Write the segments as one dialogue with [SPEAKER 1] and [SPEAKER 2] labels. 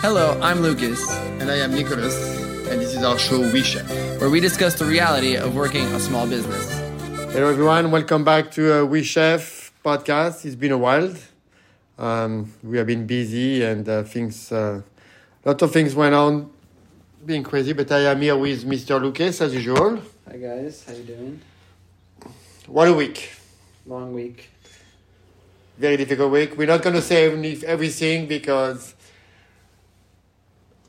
[SPEAKER 1] Hello, I'm Lucas,
[SPEAKER 2] And I am Nicholas, and this is our show We Chef.
[SPEAKER 1] where we discuss the reality of working a small business.
[SPEAKER 2] Hello, everyone. Welcome back to uh, We Chef podcast. It's been a while. Um, we have been busy, and uh, things, a lot of things went on, being crazy. But I am here with Mr. Lucas as usual.
[SPEAKER 3] Hi guys, how you doing?
[SPEAKER 2] What a week!
[SPEAKER 3] Long week.
[SPEAKER 2] Very difficult week. We're not going to say any- everything because.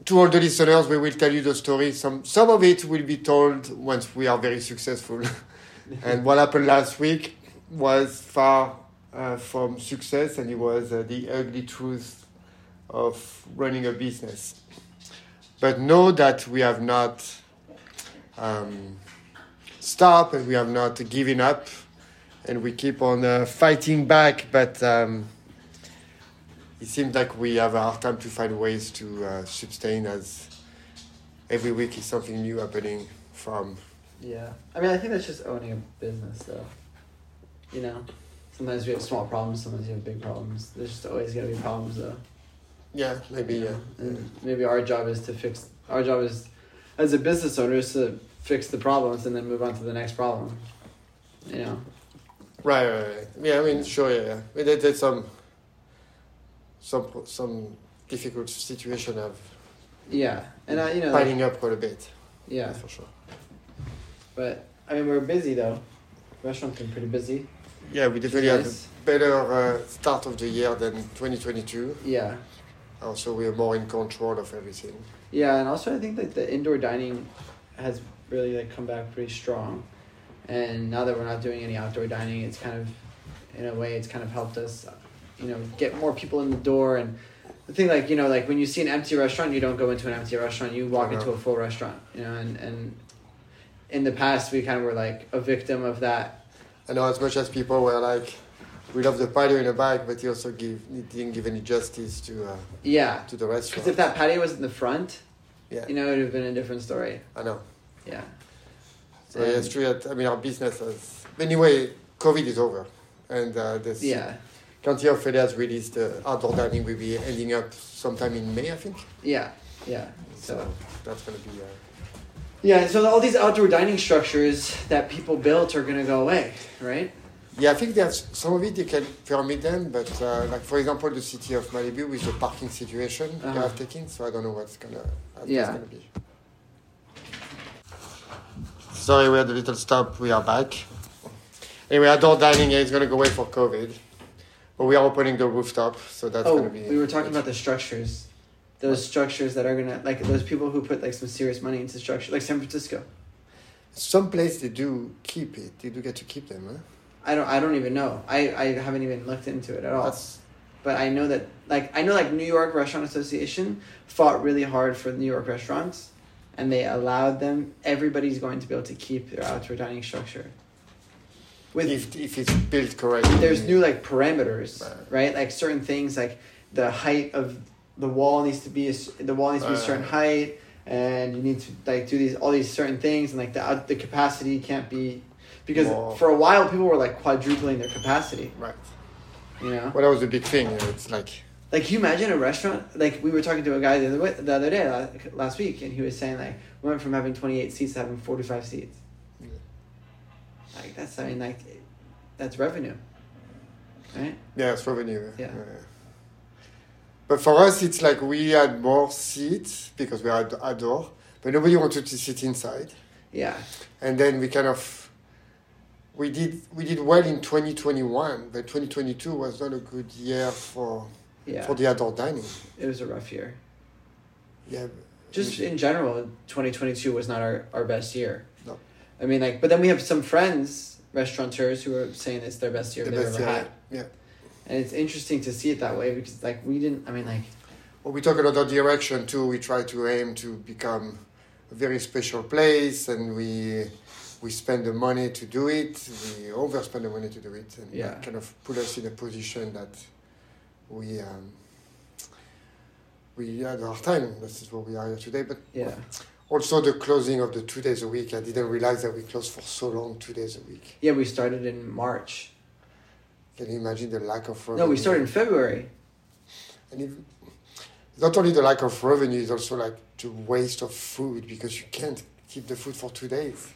[SPEAKER 2] To all the listeners, we will tell you the story. Some some of it will be told once we are very successful. and what happened last week was far uh, from success, and it was uh, the ugly truth of running a business. But know that we have not um, stopped and we have not given up, and we keep on uh, fighting back. But um, it seems like we have a hard time to find ways to uh, sustain as every week is something new happening from
[SPEAKER 3] Yeah. I mean, I think that's just owning a business, though. You know, sometimes we have small problems, sometimes you have big problems. There's just always gonna be problems, though.
[SPEAKER 2] yeah maybe uh,
[SPEAKER 3] you
[SPEAKER 2] yeah.
[SPEAKER 3] know? And maybe our job is to fix. Our job is, as a business owner, is to fix the problems and then move on to the next problem. You know.
[SPEAKER 2] Right, right, right. Yeah, I mean, sure, yeah, yeah. But there, there's some, some, some difficult situation of
[SPEAKER 3] Yeah, and I, you know,
[SPEAKER 2] piling up quite a bit.
[SPEAKER 3] yeah.
[SPEAKER 2] that's for sure.
[SPEAKER 3] But I mean, we're busy though. Restaurant's been pretty busy.
[SPEAKER 2] Yeah, we definitely had
[SPEAKER 3] Yes.
[SPEAKER 2] a better uh, start of the year than 2022.
[SPEAKER 3] Yeah.
[SPEAKER 2] Also, we are more in control of everything.
[SPEAKER 3] Yeah, and also I think like the indoor dining has really like come back pretty strong, and now that we're not doing any outdoor dining, it's kind of, in a way, it's kind of helped us, you know, get more people in the door and. The thing, like you know, like when you see an empty restaurant, you don't go into an empty restaurant. You walk
[SPEAKER 2] Uh-huh.
[SPEAKER 3] into a full restaurant, you know. And and in the past, we kind of were like a victim of that.
[SPEAKER 2] I know as much as people were like, we love the patio in the back, but you also give it didn't give any justice to uh,
[SPEAKER 3] Yeah,
[SPEAKER 2] to the
[SPEAKER 3] because
[SPEAKER 2] restaurant.
[SPEAKER 3] if that patio was in the front,
[SPEAKER 2] Yeah.
[SPEAKER 3] you know, it would have been a different story.
[SPEAKER 2] I know.
[SPEAKER 3] Yeah,
[SPEAKER 2] So yeah, it's true that I mean our business has. Anyway, COVID is over, and uh, there's
[SPEAKER 3] yeah,
[SPEAKER 2] County of Felia's released the outdoor dining will be ending up sometime in May, I think.
[SPEAKER 3] yeah, yeah. so.
[SPEAKER 2] that's gonna be. Uh,
[SPEAKER 3] Yeah, so all these outdoor dining structures that people built are gonna go away, right?
[SPEAKER 2] yeah, I think there's some of it they can permit them, but uh, like for example, the city of Malibu with the parking situation they
[SPEAKER 3] Uh-huh.
[SPEAKER 2] have taken, so I don't know what's gonna how it's
[SPEAKER 3] Yeah.
[SPEAKER 2] gonna be. Sorry, we had a little stop. We are back. Anyway, outdoor dining is gonna go away for COVID, but we are opening the rooftop, so that's
[SPEAKER 3] oh,
[SPEAKER 2] gonna be.
[SPEAKER 3] we were talking about the structures, those structures that are gonna like those people who put like some serious money into structure, like San Francisco.
[SPEAKER 2] Some place they do keep it. They do get to keep them, huh?
[SPEAKER 3] I don't, I don't even know. I, I haven't even looked into it at all.
[SPEAKER 2] That's
[SPEAKER 3] but I know that like I know like New York Restaurant Association fought really hard for New York restaurants, and they allowed them. Everybody's going to be able to keep their outdoor dining structure. With
[SPEAKER 2] if, if it's built correctly.
[SPEAKER 3] there's new like parameters,
[SPEAKER 2] Right.
[SPEAKER 3] right. Like certain things, like the height of the wall needs to be a, s- the wall needs to be a certain
[SPEAKER 2] Right.
[SPEAKER 3] height, and you need to like do these all these certain things, and like the out, the capacity can't be because
[SPEAKER 2] Whoa.
[SPEAKER 3] for a while people were like quadrupling their capacity,
[SPEAKER 2] right.
[SPEAKER 3] you know.
[SPEAKER 2] Well, that was a big thing. you know, It's like
[SPEAKER 3] Like, can you imagine a restaurant? Like, we were talking to a guy the other, way, the other day, la- last week, and he was saying, like, we went from having 28 seats to having 45 seats.
[SPEAKER 2] Yeah.
[SPEAKER 3] Like, that's, I mean, like, that's revenue. Right?
[SPEAKER 2] yeah, it's revenue.
[SPEAKER 3] Yeah.
[SPEAKER 2] But for us, it's like we had more seats because we had outdoor, but nobody wanted to sit inside,
[SPEAKER 3] Yeah.
[SPEAKER 2] and then we kind of we did we did well in 2021, but 2022 was not a good year for
[SPEAKER 3] Yeah.
[SPEAKER 2] for the outdoor dining.
[SPEAKER 3] It was a rough year.
[SPEAKER 2] Yeah,
[SPEAKER 3] Just in general, 2022 was not our, our best year.
[SPEAKER 2] No.
[SPEAKER 3] I mean, like, but then we have some friends, restaurateurs, who are saying it's their best year
[SPEAKER 2] the
[SPEAKER 3] they've
[SPEAKER 2] best
[SPEAKER 3] ever
[SPEAKER 2] year.
[SPEAKER 3] had.
[SPEAKER 2] Yeah.
[SPEAKER 3] And it's interesting to see it that way because, like, we didn't, I mean, like,
[SPEAKER 2] Well, we talk about the direction too. We try to aim to become a very special place, and we we spend the money to do it. We overspend the money to do it, and
[SPEAKER 3] Yeah.
[SPEAKER 2] that kind of put us in a position that we um, we had a hard time. This is where we are here today. But
[SPEAKER 3] yeah.
[SPEAKER 2] also the closing of the two days a week. I didn't realize that we closed for so long, two days a week.
[SPEAKER 3] Yeah, we started in March.
[SPEAKER 2] Can you imagine the lack of?
[SPEAKER 3] No, we
[SPEAKER 2] revenue?
[SPEAKER 3] started in February.
[SPEAKER 2] And if, not only the lack of revenue, it's also like the waste of food because you can't keep the food for two days.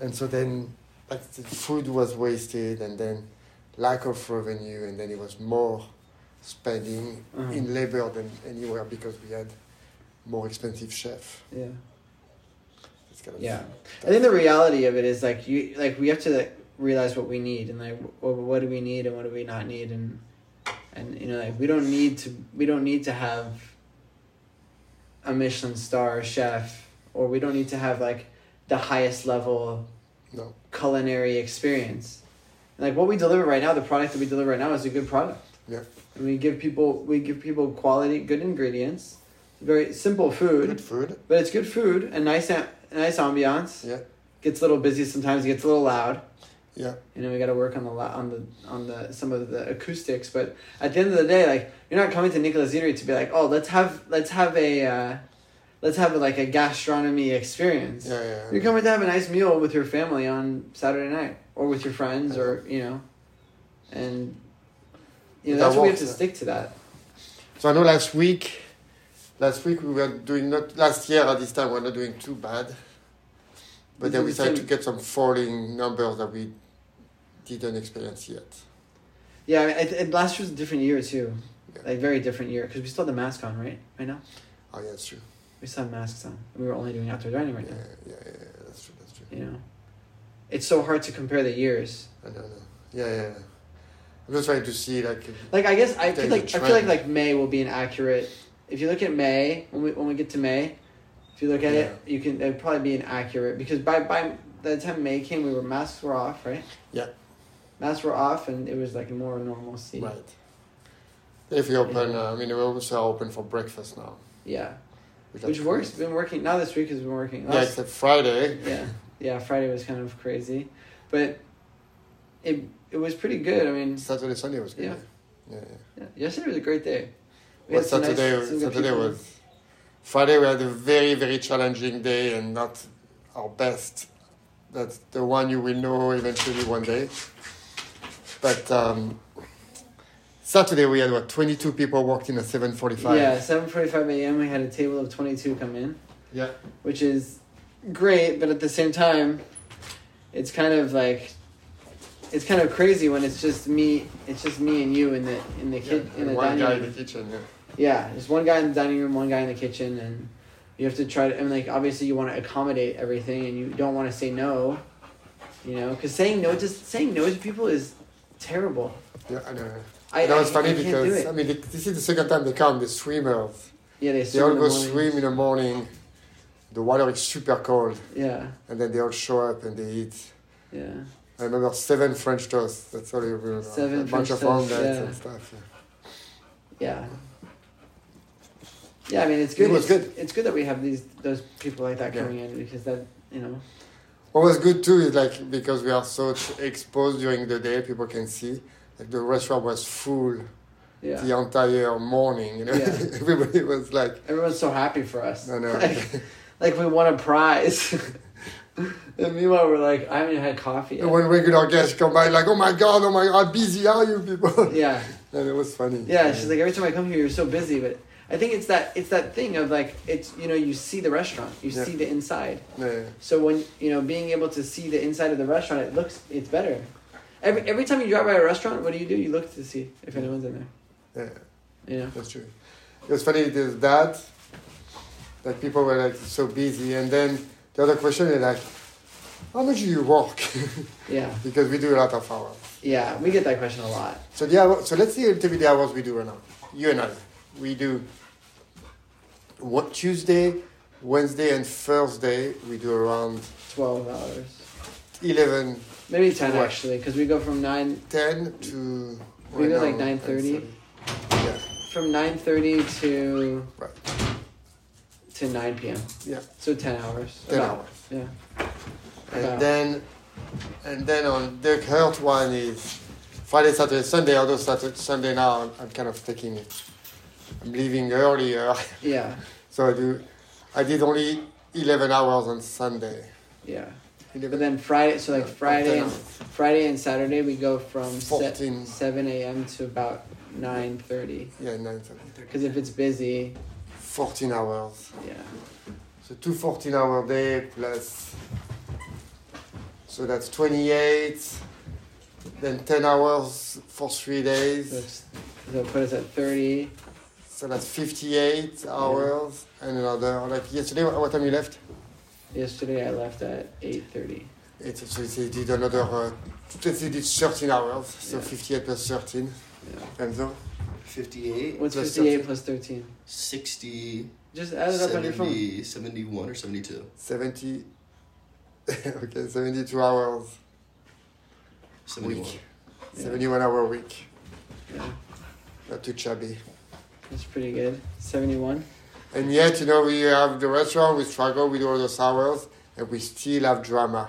[SPEAKER 2] And so then, like, the food was wasted, and then lack of revenue, and then it was more spending
[SPEAKER 3] Uh-huh.
[SPEAKER 2] in labor than anywhere because we had more expensive chef.
[SPEAKER 3] Yeah.
[SPEAKER 2] It's kind of
[SPEAKER 3] Yeah. I think the reality of it is like you like we have to like, realize what we need and like what, what do we need and what do we not need and and you know like we don't need to we don't need to have a Michelin star chef or we don't need to have like the highest level
[SPEAKER 2] No.
[SPEAKER 3] culinary experience. And, like what we deliver right now, the product that we deliver right now is a good product.
[SPEAKER 2] Yeah.
[SPEAKER 3] And we give people we give people quality good ingredients, very simple food.
[SPEAKER 2] good food.
[SPEAKER 3] But it's good food and nice a- nice ambiance.
[SPEAKER 2] Yeah.
[SPEAKER 3] Gets a little busy sometimes. It gets a little loud.
[SPEAKER 2] Yeah.
[SPEAKER 3] You know, we got to work on the lo- on the on the some of the acoustics. But at the end of the day, like you're not coming to Nicholas Eatery to be like, oh, let's have let's have a uh, let's have like a gastronomy experience.
[SPEAKER 2] Yeah, yeah.
[SPEAKER 3] You're coming to have a nice meal with your family on Saturday night or with your friends or you know, and you know
[SPEAKER 2] That
[SPEAKER 3] that's what we have
[SPEAKER 2] works,
[SPEAKER 3] to
[SPEAKER 2] yeah.
[SPEAKER 3] stick to that.
[SPEAKER 2] So I know last week, last week we were doing not last year at this time we we're not doing too bad,
[SPEAKER 3] We
[SPEAKER 2] but then
[SPEAKER 3] did
[SPEAKER 2] we
[SPEAKER 3] the
[SPEAKER 2] started to
[SPEAKER 3] same.
[SPEAKER 2] get some falling numbers that we didn't experience yet.
[SPEAKER 3] Yeah, I mean, I th- and last year was a different year too,
[SPEAKER 2] Yeah.
[SPEAKER 3] like very different year because we still had the mask on, right? Right now
[SPEAKER 2] Oh yeah, that's true.
[SPEAKER 3] we still have masks on. We were only doing outdoor dining
[SPEAKER 2] Yeah,
[SPEAKER 3] right
[SPEAKER 2] yeah,
[SPEAKER 3] now.
[SPEAKER 2] yeah, yeah, that's true, that's true.
[SPEAKER 3] You know, it's so hard to compare the years.
[SPEAKER 2] I don't know. Yeah, yeah. yeah. I'm just trying to see like.
[SPEAKER 3] Like I guess I feel
[SPEAKER 2] There's
[SPEAKER 3] like
[SPEAKER 2] a
[SPEAKER 3] I feel like
[SPEAKER 2] trend.
[SPEAKER 3] like May will be an accurate. If you look at May when we when we get to May, if you look at it, you can it'd probably be an accurate because by by the time May came, we were masks were off, right?
[SPEAKER 2] Yeah.
[SPEAKER 3] Masks were off, and it was like more normalcy.
[SPEAKER 2] Right. If we open, uh, I mean, we also are open for breakfast now.
[SPEAKER 3] Yeah,
[SPEAKER 2] are
[SPEAKER 3] which works. Been working now this week has been working.
[SPEAKER 2] Yeah,
[SPEAKER 3] Last-
[SPEAKER 2] except Friday.
[SPEAKER 3] yeah yeah friday was kind of crazy but it it was pretty good i mean
[SPEAKER 2] Saturday, Sunday was good.
[SPEAKER 3] Yeah.
[SPEAKER 2] yeah. yeah.
[SPEAKER 3] yeah, yesterday was a great day We
[SPEAKER 2] Well,
[SPEAKER 3] had some nice-
[SPEAKER 2] Saturday,
[SPEAKER 3] some good
[SPEAKER 2] Saturday
[SPEAKER 3] people.
[SPEAKER 2] was Friday. We had a very, very challenging day and not our best. That's the one you will know eventually one day. But um, Saturday we had what twenty two people walked in at seven forty five.
[SPEAKER 3] yeah 7.45 a.m we had a table of 22 come in
[SPEAKER 2] Yeah.
[SPEAKER 3] which is great but at the same time it's kind of like it's kind of crazy when it's just me it's just me and you in the in the kid in the
[SPEAKER 2] and one
[SPEAKER 3] dining
[SPEAKER 2] guy
[SPEAKER 3] room.
[SPEAKER 2] in the kitchen. Yeah.
[SPEAKER 3] Yeah, there's one guy in the dining room, one guy in the kitchen, and you have to try to. And like, obviously, you want to accommodate everything, and you don't want to say no. You know, because saying no, just saying no to people is terrible.
[SPEAKER 2] Yeah, I know.
[SPEAKER 3] I,
[SPEAKER 2] that was
[SPEAKER 3] I-
[SPEAKER 2] funny
[SPEAKER 3] I can't do
[SPEAKER 2] because
[SPEAKER 3] it.
[SPEAKER 2] I mean th- this is the second time they come. The swimmers.
[SPEAKER 3] yeah, they
[SPEAKER 2] They
[SPEAKER 3] swim
[SPEAKER 2] all
[SPEAKER 3] in the
[SPEAKER 2] go
[SPEAKER 3] morning.
[SPEAKER 2] swim in the morning. The water is super cold,
[SPEAKER 3] Yeah,
[SPEAKER 2] and then they all show up and they eat.
[SPEAKER 3] yeah.
[SPEAKER 2] I remember seven French toasts. That's all you remember.
[SPEAKER 3] Seven
[SPEAKER 2] a bunch
[SPEAKER 3] French
[SPEAKER 2] of omelets
[SPEAKER 3] toasts, yeah.
[SPEAKER 2] and stuff. yeah.
[SPEAKER 3] Yeah. Yeah, I mean it's good.
[SPEAKER 2] It
[SPEAKER 3] it's,
[SPEAKER 2] was good.
[SPEAKER 3] It's good that we have these those people like that
[SPEAKER 2] Yeah.
[SPEAKER 3] coming in because that you know
[SPEAKER 2] What was good too is like because we are so t- exposed during the day, people can see. Like the restaurant was full
[SPEAKER 3] yeah
[SPEAKER 2] the entire morning. You know,
[SPEAKER 3] Yeah.
[SPEAKER 2] everybody was like,
[SPEAKER 3] everyone's so happy for us.
[SPEAKER 2] I know.
[SPEAKER 3] Like, like we won a prize. and meanwhile we're like I haven't had coffee. Yet.
[SPEAKER 2] And when regular guests come by, like, oh my god, oh my god, how busy are you people?
[SPEAKER 3] Yeah,
[SPEAKER 2] and it was funny.
[SPEAKER 3] yeah. She's like, every time I come here, you're so busy. But I think it's that it's that thing of like it's you know you see the restaurant, you
[SPEAKER 2] Yeah.
[SPEAKER 3] see the inside.
[SPEAKER 2] yeah,
[SPEAKER 3] So when you know being able to see the inside of the restaurant, it looks it's better. Every every time you drive by a restaurant, what do you do? You look to see if anyone's in there.
[SPEAKER 2] yeah,
[SPEAKER 3] You know.
[SPEAKER 2] that's true. It was funny. There's that. That people were like so busy, and then the other question is like, how much do you work?
[SPEAKER 3] Yeah,
[SPEAKER 2] because we do a lot of hours.
[SPEAKER 3] yeah. We get that question a lot.
[SPEAKER 2] So the hour, so let's see a little bit the hours we do right now. You and I, we do what Tuesday, Wednesday, and Thursday. We do around
[SPEAKER 3] Twelve hours,
[SPEAKER 2] 11,
[SPEAKER 3] maybe ten
[SPEAKER 2] Right.
[SPEAKER 3] actually, because we go from nine
[SPEAKER 2] 10 to
[SPEAKER 3] We do like
[SPEAKER 2] now,
[SPEAKER 3] 9:30.
[SPEAKER 2] 10:30. Yeah,
[SPEAKER 3] from nine thirty to
[SPEAKER 2] Right.
[SPEAKER 3] to nine p.m.
[SPEAKER 2] Yeah.
[SPEAKER 3] So ten hours.
[SPEAKER 2] ten
[SPEAKER 3] About-
[SPEAKER 2] hours,
[SPEAKER 3] Yeah.
[SPEAKER 2] and
[SPEAKER 3] About.
[SPEAKER 2] then and then on the third one is Friday, Saturday, Sunday. Although Saturday, Sunday now I'm, I'm kind of taking, I'm leaving earlier.
[SPEAKER 3] Yeah.
[SPEAKER 2] So I do, I did only 11 hours on Sunday.
[SPEAKER 3] Yeah.
[SPEAKER 2] 11,
[SPEAKER 3] But then Friday, so like Friday, and, Friday and Saturday, we go from se-
[SPEAKER 2] 14.
[SPEAKER 3] seven a.m. to about nine thirty.
[SPEAKER 2] yeah, 9, 10,
[SPEAKER 3] Because if it's busy,
[SPEAKER 2] 14 hours.
[SPEAKER 3] yeah,
[SPEAKER 2] So two 14 hour day plus. So that's 28, then 10 hours for three
[SPEAKER 3] so
[SPEAKER 2] days.
[SPEAKER 3] it's, they'll put us at thirty.
[SPEAKER 2] So that's 58 hours and another. Like yesterday, what what time you left?
[SPEAKER 3] Yesterday, I left at eight thirty.
[SPEAKER 2] It's, so they did another, uh, they did 13 hours. So
[SPEAKER 3] Yeah.
[SPEAKER 2] 58 plus 13.
[SPEAKER 3] Yeah.
[SPEAKER 2] And so,
[SPEAKER 4] 58,
[SPEAKER 3] What's
[SPEAKER 2] Plus
[SPEAKER 3] fifty-eight
[SPEAKER 2] 13?
[SPEAKER 3] plus thirteen?
[SPEAKER 4] 60,
[SPEAKER 3] Just add it up on your phone.
[SPEAKER 4] 70, 71 or 72.
[SPEAKER 2] 70, okay, 72 hours.
[SPEAKER 4] 71.
[SPEAKER 2] Week.
[SPEAKER 3] Yeah.
[SPEAKER 2] 71 hour week.
[SPEAKER 3] Yeah,
[SPEAKER 2] Not too chubby.
[SPEAKER 3] that's pretty good. Seventy-one.
[SPEAKER 2] And yet, you know, we have the restaurant, we struggle with all those hours, and we still have drama.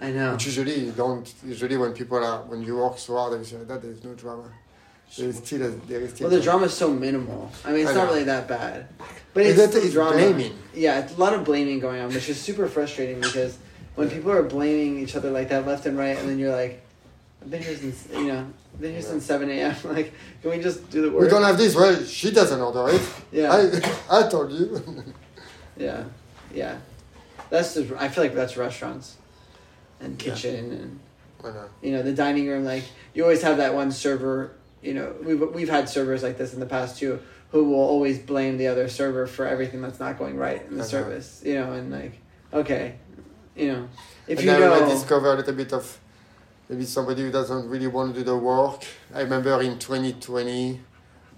[SPEAKER 3] I know.
[SPEAKER 2] Which usually you don't, usually when people are, when you work so hard and shit like that, there's no drama. There is still a, there is still
[SPEAKER 3] Well, the drama's so minimal. I mean, it's
[SPEAKER 2] I
[SPEAKER 3] not
[SPEAKER 2] know.
[SPEAKER 3] really that bad, but
[SPEAKER 2] But
[SPEAKER 3] it's,
[SPEAKER 2] that
[SPEAKER 3] still
[SPEAKER 2] is
[SPEAKER 3] drama.
[SPEAKER 2] blaming.
[SPEAKER 3] Yeah, it's a lot of blaming going on, which is super frustrating because when people are blaming each other like that left and right, and then you're like, "I've been here since you know, I've been here since seven a.m. Like, can we just do the work?"
[SPEAKER 2] We don't have this, well, she doesn't order it.
[SPEAKER 3] yeah,
[SPEAKER 2] I, I told you.
[SPEAKER 3] yeah, yeah. That's just, I feel like that's restaurants and
[SPEAKER 2] Yeah.
[SPEAKER 3] kitchen and
[SPEAKER 2] I know.
[SPEAKER 3] you know the dining room. Like you always have that one server. You know we've we've had servers like this in the past too, who will always blame the other server for everything that's not going right in the
[SPEAKER 2] Uh-huh.
[SPEAKER 3] service. You know, and like okay, you know, if
[SPEAKER 2] and
[SPEAKER 3] you
[SPEAKER 2] then
[SPEAKER 3] know.
[SPEAKER 2] when I discover a little bit of maybe somebody who doesn't really want to do the work. I remember in 2020,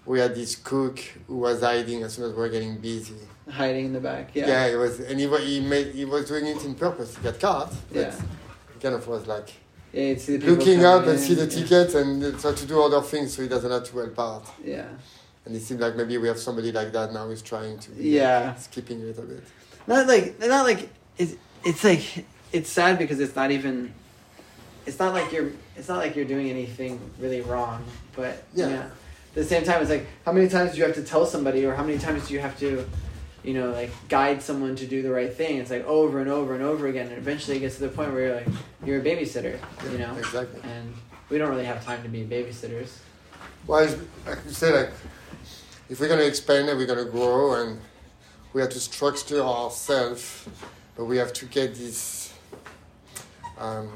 [SPEAKER 2] we had this cook who was hiding as soon as we were getting busy.
[SPEAKER 3] hiding in the back. Yeah.
[SPEAKER 2] Yeah, it was, and he, wa- he made he was doing it in purpose. He got caught. but
[SPEAKER 3] Yeah.
[SPEAKER 2] He kind of was like
[SPEAKER 3] Yeah, you'd see the people
[SPEAKER 2] looking up
[SPEAKER 3] coming
[SPEAKER 2] and see
[SPEAKER 3] in,
[SPEAKER 2] the tickets and try to do other things so he doesn't have to help out.
[SPEAKER 3] Yeah.
[SPEAKER 2] And it seemed like maybe we have somebody like that now who's trying to be
[SPEAKER 3] Yeah.
[SPEAKER 2] skipping a little bit.
[SPEAKER 3] Not like not like it's it's like it's sad because it's not even it's not like you're it's not like you're doing anything really wrong, but yeah.
[SPEAKER 2] Yeah.
[SPEAKER 3] At the same time it's like how many times do you have to tell somebody or how many times do you have to you know, like guide someone to do the right thing. It's like over and over and over again, and eventually it gets to the point where you're like, you're a babysitter,
[SPEAKER 2] Yeah,
[SPEAKER 3] you know.
[SPEAKER 2] exactly.
[SPEAKER 3] And we don't really have time to be babysitters.
[SPEAKER 2] Well, it's- like you said, like if we're gonna expand and we're gonna grow, and we have to structure ourselves, but we have to get these um,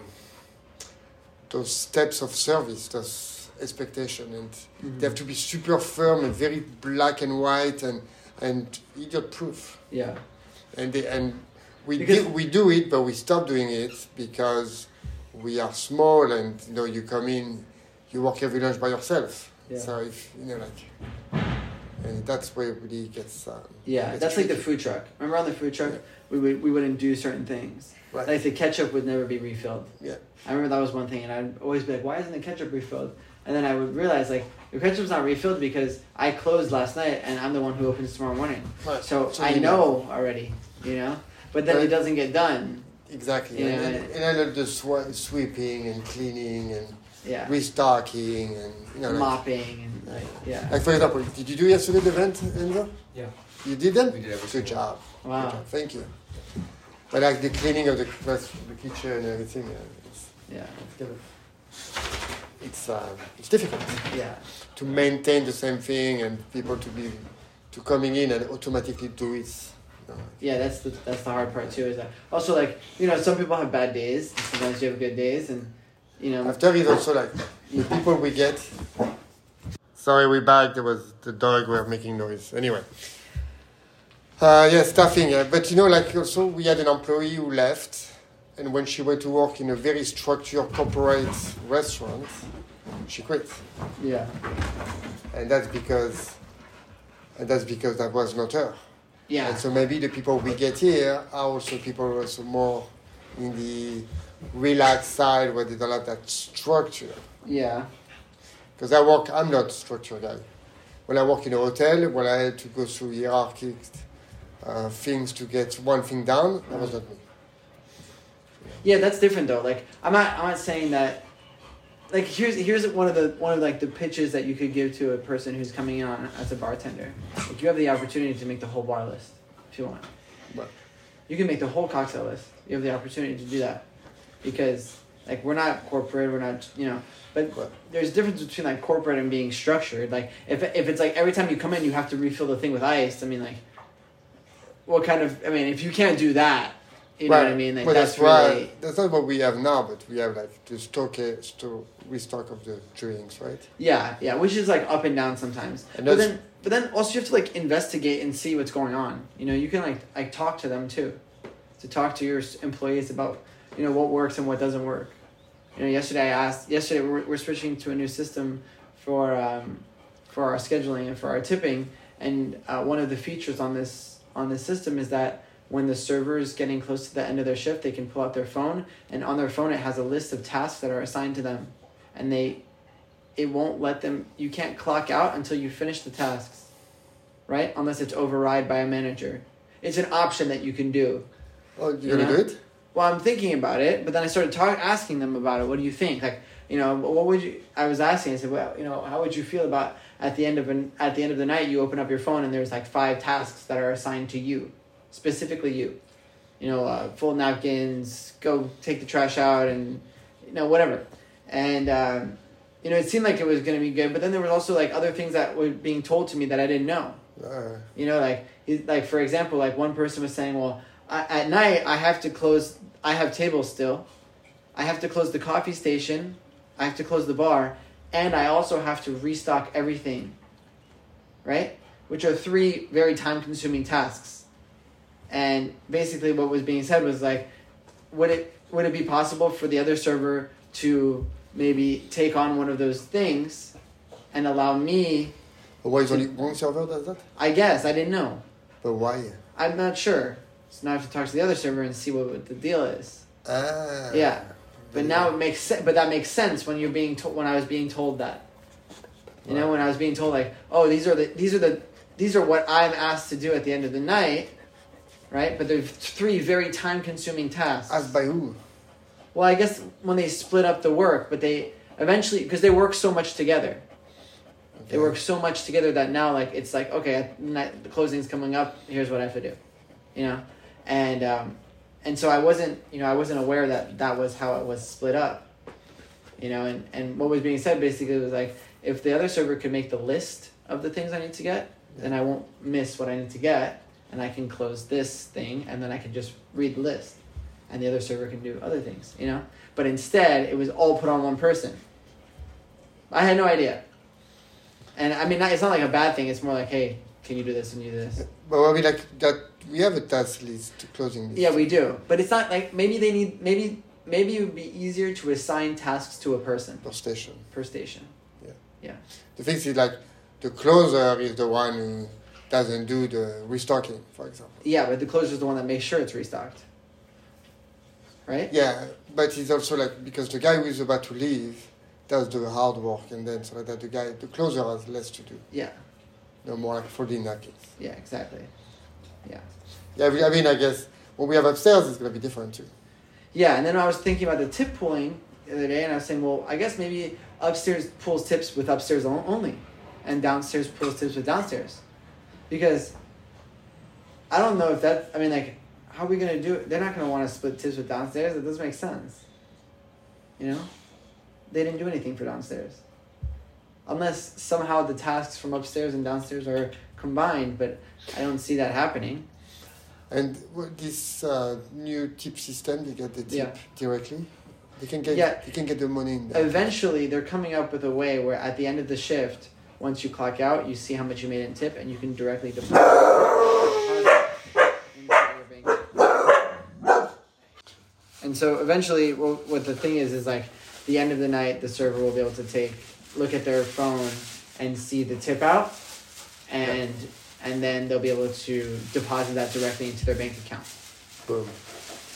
[SPEAKER 2] those steps of service, those expectation, and
[SPEAKER 3] Mm-hmm.
[SPEAKER 2] they have to be super firm and very black and white and and idiot proof.
[SPEAKER 3] Yeah.
[SPEAKER 2] And they, and we
[SPEAKER 3] Because-
[SPEAKER 2] do, we do it, but we stop doing it because we are small, and you know you come in, you work every lunch by yourself.
[SPEAKER 3] Yeah.
[SPEAKER 2] So if you know like, and that's where it really gets. Um,
[SPEAKER 3] Yeah,
[SPEAKER 2] gets
[SPEAKER 3] that's like the
[SPEAKER 2] tricky.
[SPEAKER 3] food truck. Remember on the food truck,
[SPEAKER 2] Yeah.
[SPEAKER 3] we would we wouldn't do certain things.
[SPEAKER 2] Right.
[SPEAKER 3] Like the ketchup would never be refilled.
[SPEAKER 2] Yeah.
[SPEAKER 3] I remember that was one thing, and I'd always be like, "Why isn't the ketchup refilled?" And then I would realize like the ketchup's not refilled because I closed last night, and I'm the one who opens tomorrow morning.
[SPEAKER 2] Right.
[SPEAKER 3] So,
[SPEAKER 2] So
[SPEAKER 3] I
[SPEAKER 2] you
[SPEAKER 3] know already, you know. But then
[SPEAKER 2] Right.
[SPEAKER 3] it doesn't get done.
[SPEAKER 2] Exactly,
[SPEAKER 3] Yeah.
[SPEAKER 2] and, then, and then the sw- sweeping and cleaning and
[SPEAKER 3] Yeah.
[SPEAKER 2] restocking and you know, like,
[SPEAKER 3] Mopping and like yeah.
[SPEAKER 2] like for example, did you do yesterday the event, Enzo?
[SPEAKER 5] Yeah.
[SPEAKER 2] You did them.
[SPEAKER 4] We did every
[SPEAKER 2] Good
[SPEAKER 4] single
[SPEAKER 2] job. Good
[SPEAKER 3] Wow.
[SPEAKER 2] job. Thank you. But like the cleaning of the, the kitchen and everything, uh, it's,
[SPEAKER 3] Yeah.
[SPEAKER 2] it's um, it's difficult
[SPEAKER 3] Yeah.
[SPEAKER 2] to maintain the same thing and people to be to coming in and automatically do it. you know.
[SPEAKER 3] Yeah, that's the that's the hard part too. Is that also like you know some people have bad days. Sometimes you have good days, and you know
[SPEAKER 2] After is also like the people we get. Sorry, we back. There was the dog were making noise. Anyway. Uh, yeah, staffing. Uh, but you know, like also we had an employee who left, and when she went to work in a very structured corporate restaurant, she quit,
[SPEAKER 3] yeah.
[SPEAKER 2] and that's because, and that's because that was not her.
[SPEAKER 3] Yeah.
[SPEAKER 2] And so maybe the people we get here are also people who are also more in the relaxed side where they don't have that structure.
[SPEAKER 3] yeah.
[SPEAKER 2] Because I work, I'm not a structure guy. When I work in a hotel, when I had to go through hierarchic uh, things to get one thing down, that was not me.
[SPEAKER 3] Yeah, that's different though. Like I'm not I'm not saying that like here's here's one of the one of like the pitches that you could give to a person who's coming in on as a bartender. Like you have the opportunity to make the whole bar list if you want.
[SPEAKER 2] Right.
[SPEAKER 3] You you can make the whole cocktail list. You have the opportunity to do that because like we're not corporate, we're not you know. But there's a difference between like corporate and being structured. Like if if it's like every time you come in, you have to refill the thing with ice. I mean like, what kind of? I mean, if you can't do that, you know what I mean. Like
[SPEAKER 2] but
[SPEAKER 3] that's,
[SPEAKER 2] that's, why
[SPEAKER 3] really
[SPEAKER 2] that's not what we have now, but we have like the stock, to restock of the drinks, right?
[SPEAKER 3] Yeah, yeah, which is like up and down sometimes.
[SPEAKER 2] And
[SPEAKER 3] but
[SPEAKER 2] that's-
[SPEAKER 3] then, but then also you have to like investigate and see what's going on. You know, you can like like talk to them too, to talk to your s- employees about you know what works and what doesn't work. You know, yesterday I asked. Yesterday we're, we're switching to a new system for um, for our scheduling and for our tipping. And uh, one of the features on this on this system is that when the server is getting close to the end of their shift, they can pull out their phone, and on their phone it has a list of tasks that are assigned to them, and they it won't let them you can't clock out until you finish the tasks right unless it's override by a manager it's an option that you can do
[SPEAKER 2] Oh, you're
[SPEAKER 3] You
[SPEAKER 2] gonna
[SPEAKER 3] know?
[SPEAKER 2] do it?
[SPEAKER 3] well i'm thinking about it but then i started talk, asking them about it what do you think like you know what would you i was asking i said well you know how would you feel about at the end of an at the end of the night you open up your phone and there's like five tasks that are assigned to you specifically you you know uh, fold napkins go take the trash out and you know whatever and um, you know it seemed like it was going to be good but then there was also like other things that were being told to me that i didn't know
[SPEAKER 2] Uh,
[SPEAKER 3] you know, like he- like for example, like one person was saying, "Well, I, at night I have to close. I have tables still. I have to close the coffee station. I have to close the bar, and I also have to restock everything. Right, which are three very time-consuming tasks. And basically, what was being said was like, would it would it be possible for the other server to maybe take on one of those things, and allow me?
[SPEAKER 2] why is only one server does that?
[SPEAKER 3] I guess I didn't know.
[SPEAKER 2] But why?
[SPEAKER 3] I'm not sure. So now I have to talk to the other server and see what, what the deal is.
[SPEAKER 2] Ah.
[SPEAKER 3] yeah, but now it makes sense. But that makes sense when you're being told when I was being told that. You know, when I was being told like, oh, these are the these are the these are what I'm asked to do at the end of the night, right? But they're three very time-consuming tasks.
[SPEAKER 2] Asked by who?
[SPEAKER 3] Well, I guess when they split up the work, but they eventually because they work so much together. They
[SPEAKER 2] Okay.
[SPEAKER 3] work so much together that now like it's like okay, night, the closing's coming up. Here's what I have to do, you know, and um, and so I wasn't you know I wasn't aware that that was how it was split up, you know, and and what was being said basically was like if the other server could make the list of the things I need to get, then I won't miss what I need to get, and I can close this thing, and then I can just read the list and the other server can do other things, you know? But instead, it was all put on one person. I had no idea. And I mean, not, it's not like a bad thing. It's more like, hey, can you do this and do this?
[SPEAKER 2] But I mean, like that. We have a task list, closing list.
[SPEAKER 3] Yeah, we do. But it's not like maybe they need, maybe, maybe it would be easier to assign tasks to a person
[SPEAKER 2] per station.
[SPEAKER 3] per station.
[SPEAKER 2] The thing is, like, the closer is the one who doesn't do the restocking, for example.
[SPEAKER 3] Yeah, but the closer is the one that makes sure it's restocked. Right?
[SPEAKER 2] Yeah, but it's also like because the guy who is about to leave does the hard work, and then so that the guy, the closer has less to do.
[SPEAKER 3] Yeah,
[SPEAKER 2] No more like folding napkins.
[SPEAKER 3] yeah, exactly. Yeah.
[SPEAKER 2] Yeah, I mean, I guess what we have upstairs is gonna be different too.
[SPEAKER 3] Yeah, and then I was thinking about the tip pooling the other day, and I was saying, well, I guess maybe upstairs pools tips with upstairs on- only, and downstairs pools tips with downstairs, because I don't know if that. I mean, like, how are we gonna do it? They're not gonna want to split tips with downstairs. It doesn't make sense. You know, they didn't do anything for downstairs, unless somehow the tasks from upstairs and downstairs are combined. But I don't see that happening.
[SPEAKER 2] And what- this uh, new tip system, they get the tip
[SPEAKER 3] Yeah.
[SPEAKER 2] directly. They can get
[SPEAKER 3] Yeah. Oh.
[SPEAKER 2] they can get the money in there.
[SPEAKER 3] eventually they're coming up with a way where at the end of the shift, once you clock out, you see how much you made in tip and you can directly deposit into your bank. And so eventually, well, what the thing is is like the end of the night, the server will be able to take look at their phone and see the tip out, and and then they'll be able to deposit that directly into their bank account.
[SPEAKER 2] Boom.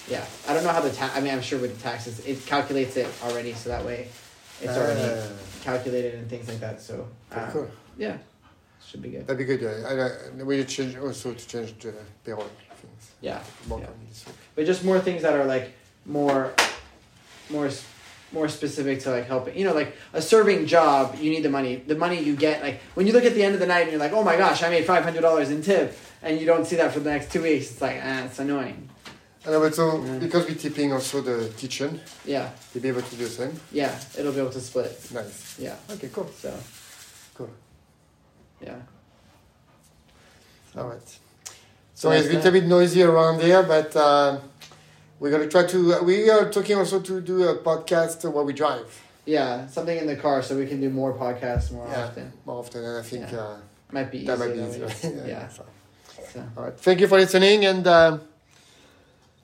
[SPEAKER 3] Yeah, I don't know how the tax. I mean, I'm sure with the taxes, it calculates it already, so that way, it's already
[SPEAKER 2] Ah,
[SPEAKER 3] calculated and things like that. So um,
[SPEAKER 2] cool.
[SPEAKER 3] yeah, should be good.
[SPEAKER 2] That'd be good. Yeah. And, uh, we need to change also to change the payroll things.
[SPEAKER 3] Yeah,
[SPEAKER 2] More
[SPEAKER 3] Yeah.
[SPEAKER 2] on this one.
[SPEAKER 3] but just more things that are like more, more, s- more specific to like helping. You know, like a serving job, you need the money. The money you get, like when you look at the end of the night and you're like, oh my gosh, I made five hundred dollars in tip, and you don't see that for the next two weeks. It's like, ah, it's annoying.
[SPEAKER 2] And I would so
[SPEAKER 3] Yeah.
[SPEAKER 2] because we're tipping also the kitchen,
[SPEAKER 3] Yeah,
[SPEAKER 2] you'll be able to do the same.
[SPEAKER 3] yeah, it'll be able to split.
[SPEAKER 2] Nice.
[SPEAKER 3] Yeah,
[SPEAKER 2] Okay, cool.
[SPEAKER 3] so
[SPEAKER 2] Cool.
[SPEAKER 3] yeah.
[SPEAKER 2] All right. So
[SPEAKER 3] Nice,
[SPEAKER 2] it's a little
[SPEAKER 3] man.
[SPEAKER 2] bit noisy around there, but uh, we're gonna try to. uh, We are talking also to do a podcast while we drive
[SPEAKER 3] Yeah, something in the car so we can do more podcasts more
[SPEAKER 2] Yeah.
[SPEAKER 3] often.
[SPEAKER 2] more often, and I think
[SPEAKER 3] Yeah.
[SPEAKER 2] uh,
[SPEAKER 3] Might be easier.
[SPEAKER 2] that might be
[SPEAKER 3] that
[SPEAKER 2] easier.
[SPEAKER 3] way. Yeah.
[SPEAKER 2] so.
[SPEAKER 3] So.
[SPEAKER 2] All right. Thank you for listening, and uh, um,